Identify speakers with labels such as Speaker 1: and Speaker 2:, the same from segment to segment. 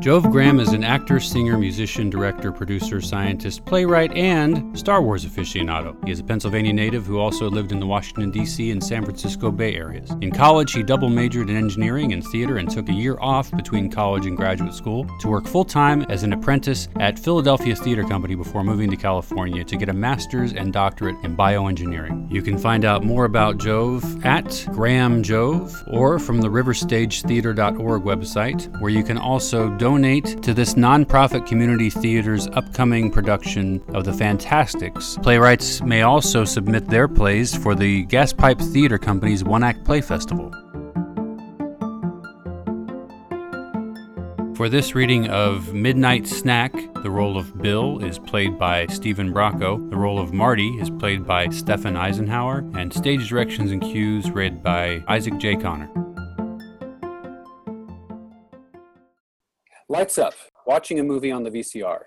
Speaker 1: Jove Graham is an actor, singer, musician, director, producer, scientist, playwright, and Star Wars aficionado. He is a Pennsylvania native who also lived in the Washington, D.C. and San Francisco Bay areas. In college, he double majored in engineering and theater and took a year off between college and graduate school to work full time as an apprentice at Philadelphia Theater Company before moving to California to get a master's and doctorate in bioengineering. You can find out more about Jove at Graham Jove or from the riverstagetheater.org website, where you can also donate to this nonprofit community theater's upcoming production of The Fantastics. Playwrights may also submit their plays for the Gaspipe Theater Company's One Act Play Festival. For this reading of Midnight Snack, the role of Bill is played by Stephen Bracco, the role of Marty is played by Stefan Eisenhower, and stage directions and cues read by Isaac J. Connor.
Speaker 2: Lights up, watching a movie on the VCR.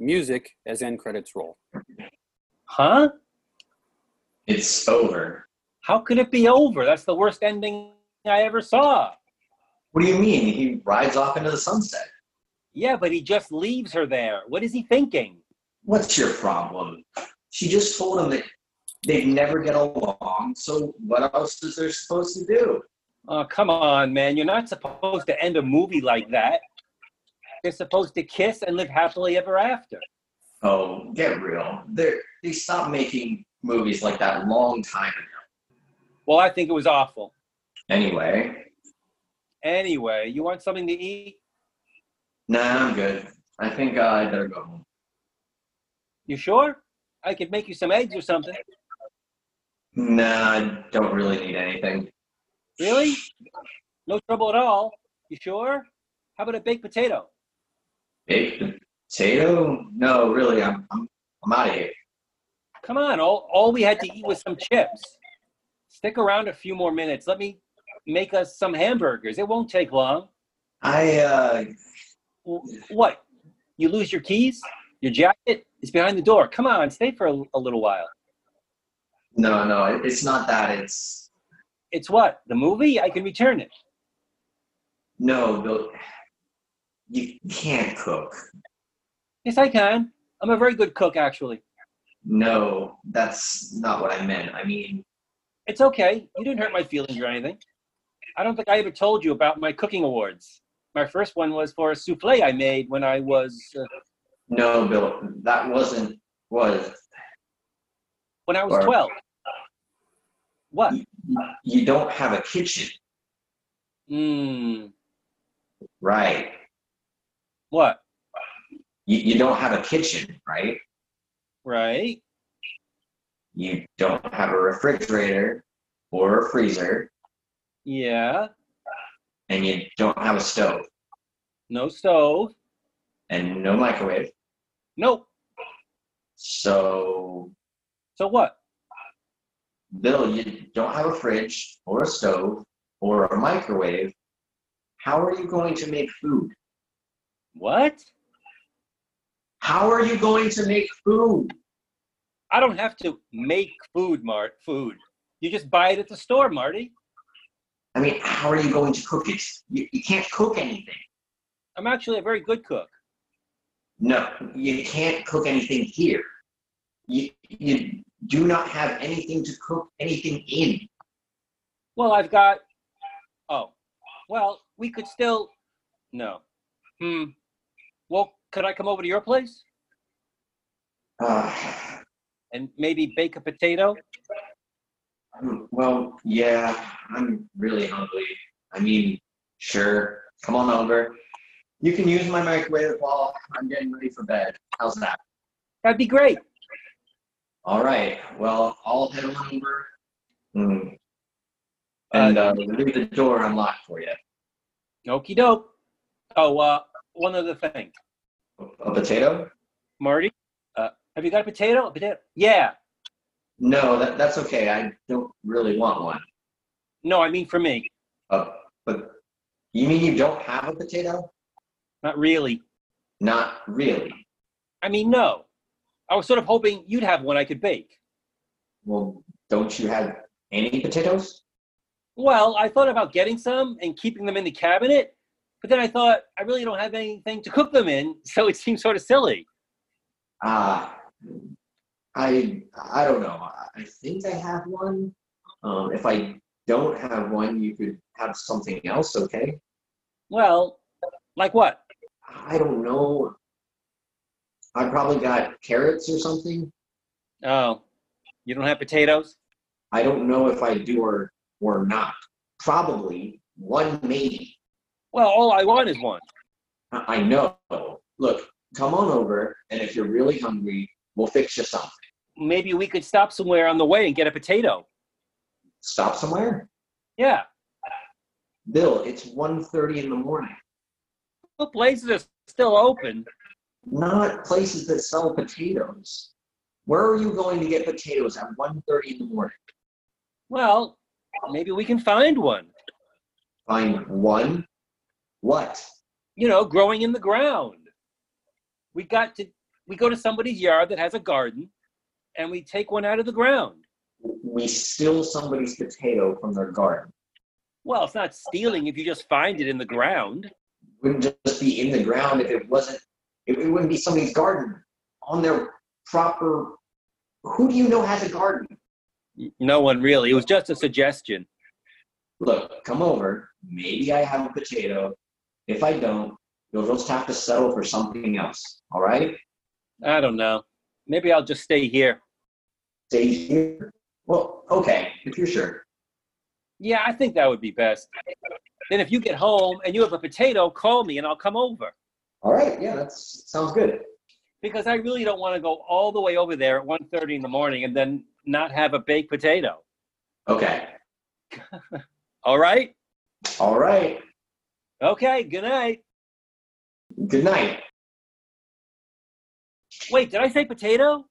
Speaker 2: Music as end credits roll.
Speaker 3: Huh?
Speaker 4: It's over.
Speaker 3: How could it be over? That's the worst ending I ever saw.
Speaker 4: What do you mean? He rides off into the sunset.
Speaker 3: Yeah, but he just leaves her there. What is he thinking?
Speaker 4: What's your problem? She just told him that they'd never get along, so what else is there supposed to do?
Speaker 3: Oh, come on, man. You're not supposed to end a movie like that. They're supposed to kiss and live happily ever after.
Speaker 4: Oh, get real. They're, they stopped making movies like that a long time ago.
Speaker 3: Well, I think it was awful.
Speaker 4: Anyway,
Speaker 3: Anyway, you want something to eat?
Speaker 4: nah, I'm good. I think uh, I better go home.
Speaker 3: You sure? I could make you some eggs or something.
Speaker 4: Nah, I don't really need anything.
Speaker 3: Really? No trouble at all. You sure? How about a baked potato?
Speaker 4: Baked potato? No, really, I'm, I'm, I'm out of here.
Speaker 3: Come on, all, all we had to eat was some chips. Stick around a few more minutes. Let me make us some hamburgers. It won't take long.
Speaker 4: I, uh,
Speaker 3: W- What? You lose your keys? Your jacket? It's behind the door. Come on, stay for a, a little while.
Speaker 4: no, no, it, it's not that. It's,
Speaker 3: It's what? The movie? I can return it.
Speaker 4: no, the, you can't cook.
Speaker 3: Yes, I can. I'm a very good cook, actually.
Speaker 4: No, that's not what I meant. I mean,
Speaker 3: It's okay. You didn't hurt my feelings or anything. I don't think I ever told you about my cooking awards. My first one was for a souffle I made when I was uh,
Speaker 4: no, Bill, that wasn't was.
Speaker 3: when I was
Speaker 4: Or-
Speaker 3: 12. What?
Speaker 4: You don't have a kitchen,
Speaker 3: Mm,
Speaker 4: right?
Speaker 3: what?
Speaker 4: You, you don't have a kitchen, right?
Speaker 3: Right?
Speaker 4: You don't have a refrigerator or a freezer,
Speaker 3: Yeah.
Speaker 4: and you don't have a stove
Speaker 3: No stove.
Speaker 4: and no microwave.
Speaker 3: Nope.
Speaker 4: So,
Speaker 3: So what?
Speaker 4: Bill, you don't have a fridge or a stove or a microwave. How are you going to make food?
Speaker 3: What?
Speaker 4: How are you going to make food?
Speaker 3: I don't have to make food, Mart. Food. You just buy it at the store, Marty.
Speaker 4: I mean, how are you going to cook it? You, you can't cook anything.
Speaker 3: I'm actually a very good cook.
Speaker 4: No, you can't cook anything here. You, you do not have anything to cook anything in.
Speaker 3: Well, I've got. Oh, well, we could still. No. Hmm. Well, could I come over to your place
Speaker 4: Uh,
Speaker 3: and maybe bake a potato?
Speaker 4: well, yeah, I'm really hungry. I mean, sure, come on over. You can use my microwave while I'm getting ready for bed. How's that?
Speaker 3: That'd be great.
Speaker 4: All right, well, I'll head on over. Hmm. And uh, leave the door unlocked for you.
Speaker 3: Okie doke. Oh, uh, one other thing,
Speaker 4: A potato?
Speaker 3: Marty. Uh, have you got a potato? A potato? Yeah.
Speaker 4: No, that, that's okay. I don't really want one.
Speaker 3: No, I mean for me.
Speaker 4: Uh, but you mean you don't have a potato?
Speaker 3: Not really.
Speaker 4: Not really.
Speaker 3: I mean, no. I was sort of hoping you'd have one I could bake.
Speaker 4: Well, don't you have any potatoes?
Speaker 3: Well, I thought about getting some and keeping them in the cabinet, But then I thought I really don't have anything to cook them in, so it seems sort of silly.
Speaker 4: Ah, I I don't know. I- I think I have one. Um, if I don't have one, you could have something else. Okay.
Speaker 3: Well, like what?
Speaker 4: I don't know. I probably got carrots or something.
Speaker 3: Oh, you don't have potatoes?
Speaker 4: I don't know if I do or or not. Probably one, maybe.
Speaker 3: Well, all I want is one.
Speaker 4: I I know. Look, come on over, and if you're really hungry, we'll fix you something.
Speaker 3: Maybe we could stop somewhere on the way and get a potato.
Speaker 4: Stop somewhere,
Speaker 3: Yeah.
Speaker 4: Bill. It's 1.30 in the morning.
Speaker 3: The places are still open.
Speaker 4: Not places that sell potatoes. Where are you going to get potatoes at 1.30 in the morning?
Speaker 3: Well, maybe we can find one.
Speaker 4: Find one. What?
Speaker 3: You know, growing in the ground. We got to we go to somebody's yard that has a garden and we take one out of the ground.
Speaker 4: We steal somebody's potato from their garden.
Speaker 3: Well, it's not stealing if you just find it in the ground.
Speaker 4: wouldn't just be in the ground if it wasn't it, it wouldn't be somebody's garden on their proper who do you know has a garden
Speaker 3: N- No one really. It was just a suggestion.
Speaker 4: look come over maybe i have a potato if i don't you'll just have to settle for something else all right
Speaker 3: I don't know. Maybe I'll just stay here.
Speaker 4: stay here well okay if you're sure
Speaker 3: Yeah, I think that would be best. Then if you get home and you have a potato, call me and I'll come over.
Speaker 4: all right yeah that sounds good
Speaker 3: Because I really don't want to go all the way over there at 1.30 in the morning and then not have a baked potato.
Speaker 4: okay
Speaker 3: All right?
Speaker 4: all right
Speaker 3: Okay, good night.
Speaker 4: good night
Speaker 3: Wait, did I say potato?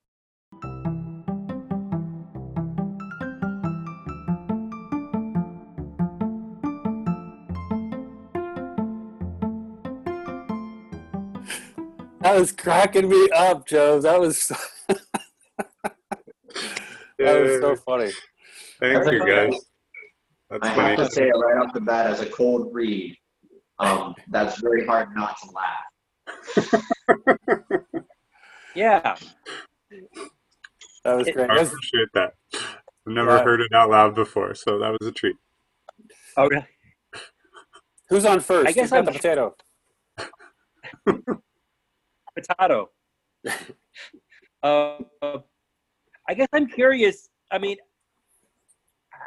Speaker 5: That was cracking me up, Joe. That was that was so funny.
Speaker 6: Thank you, guys.
Speaker 4: i
Speaker 6: That's
Speaker 4: have
Speaker 6: funny.
Speaker 4: to say it right off the bat as a cold read um, that's very hard not to laugh
Speaker 3: Yeah.
Speaker 5: That was great.
Speaker 6: I
Speaker 5: That's-
Speaker 6: appreciate that. I've never
Speaker 5: Yeah.
Speaker 6: heard it out loud before, so that was a treat.
Speaker 3: Oh, really?
Speaker 5: who's on first?
Speaker 3: I guess
Speaker 5: Who's got
Speaker 3: I'm-
Speaker 5: the potato.
Speaker 3: Potato. uh, I guess I'm curious. I mean,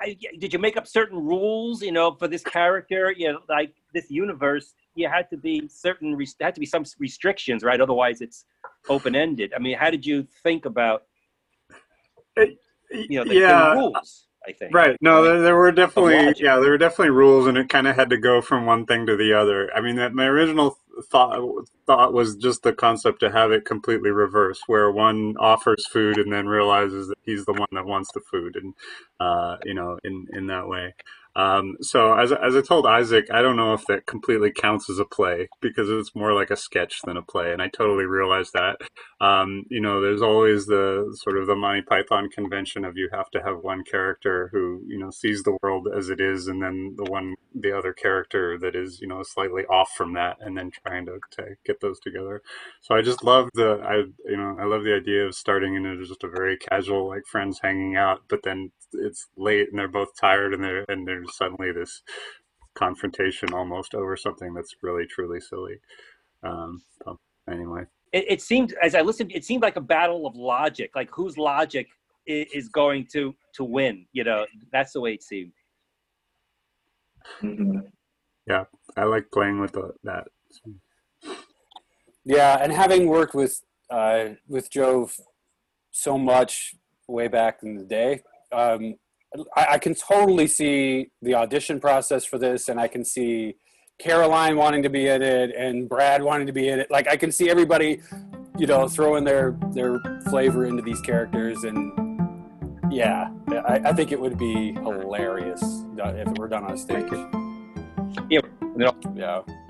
Speaker 3: I, did you make up certain rules, you know, for this character, you know, like this universe? You had to be certain, res- had to be some restrictions, right? Otherwise, it's open ended. I mean, how did you think about, you know, the, the
Speaker 6: yeah,
Speaker 3: rules? I think.
Speaker 6: right. No, there, there were definitely
Speaker 3: logic.
Speaker 6: yeah, there were definitely rules, and it kind of had to go from one thing to the other. I mean, that my original thought thought was just the concept to have it completely reversed, where one offers food and then realizes that he's the one that wants the food, and uh, you know, in in that way. Um, so as as I told Isaac, I don't know if that completely counts as a play because it's more like a sketch than a play, and I totally realize that. Um, you know, there's always the sort of the Monty Python convention of you have to have one character who you know sees the world as it is, and then the one the other character that is you know slightly off from that, and then trying to, to get those together. So I just love the I you know I love the idea of starting in as just a very casual like friends hanging out, but then it's late and they're both tired and they're and there's suddenly this confrontation almost over something that's really truly silly. Um, so anyway,
Speaker 3: it, it seemed as I listened, it seemed like a battle of logic, like whose logic is, is going to to win. You know, that's the way it seemed.
Speaker 4: Mhm.
Speaker 6: I like playing with the, that.
Speaker 5: Yeah, and having worked with uh, with Joe f- so much way back in the day, um, I, I can totally see the audition process for this, and I can see Caroline wanting to be in it, and Brad wanting to be in it. Like I can see everybody, you know, throwing their their flavor into these characters, and yeah, I, I think it would be hilarious uh, if it were done on stage.
Speaker 6: Thank
Speaker 3: Yeah, you
Speaker 5: Yeah.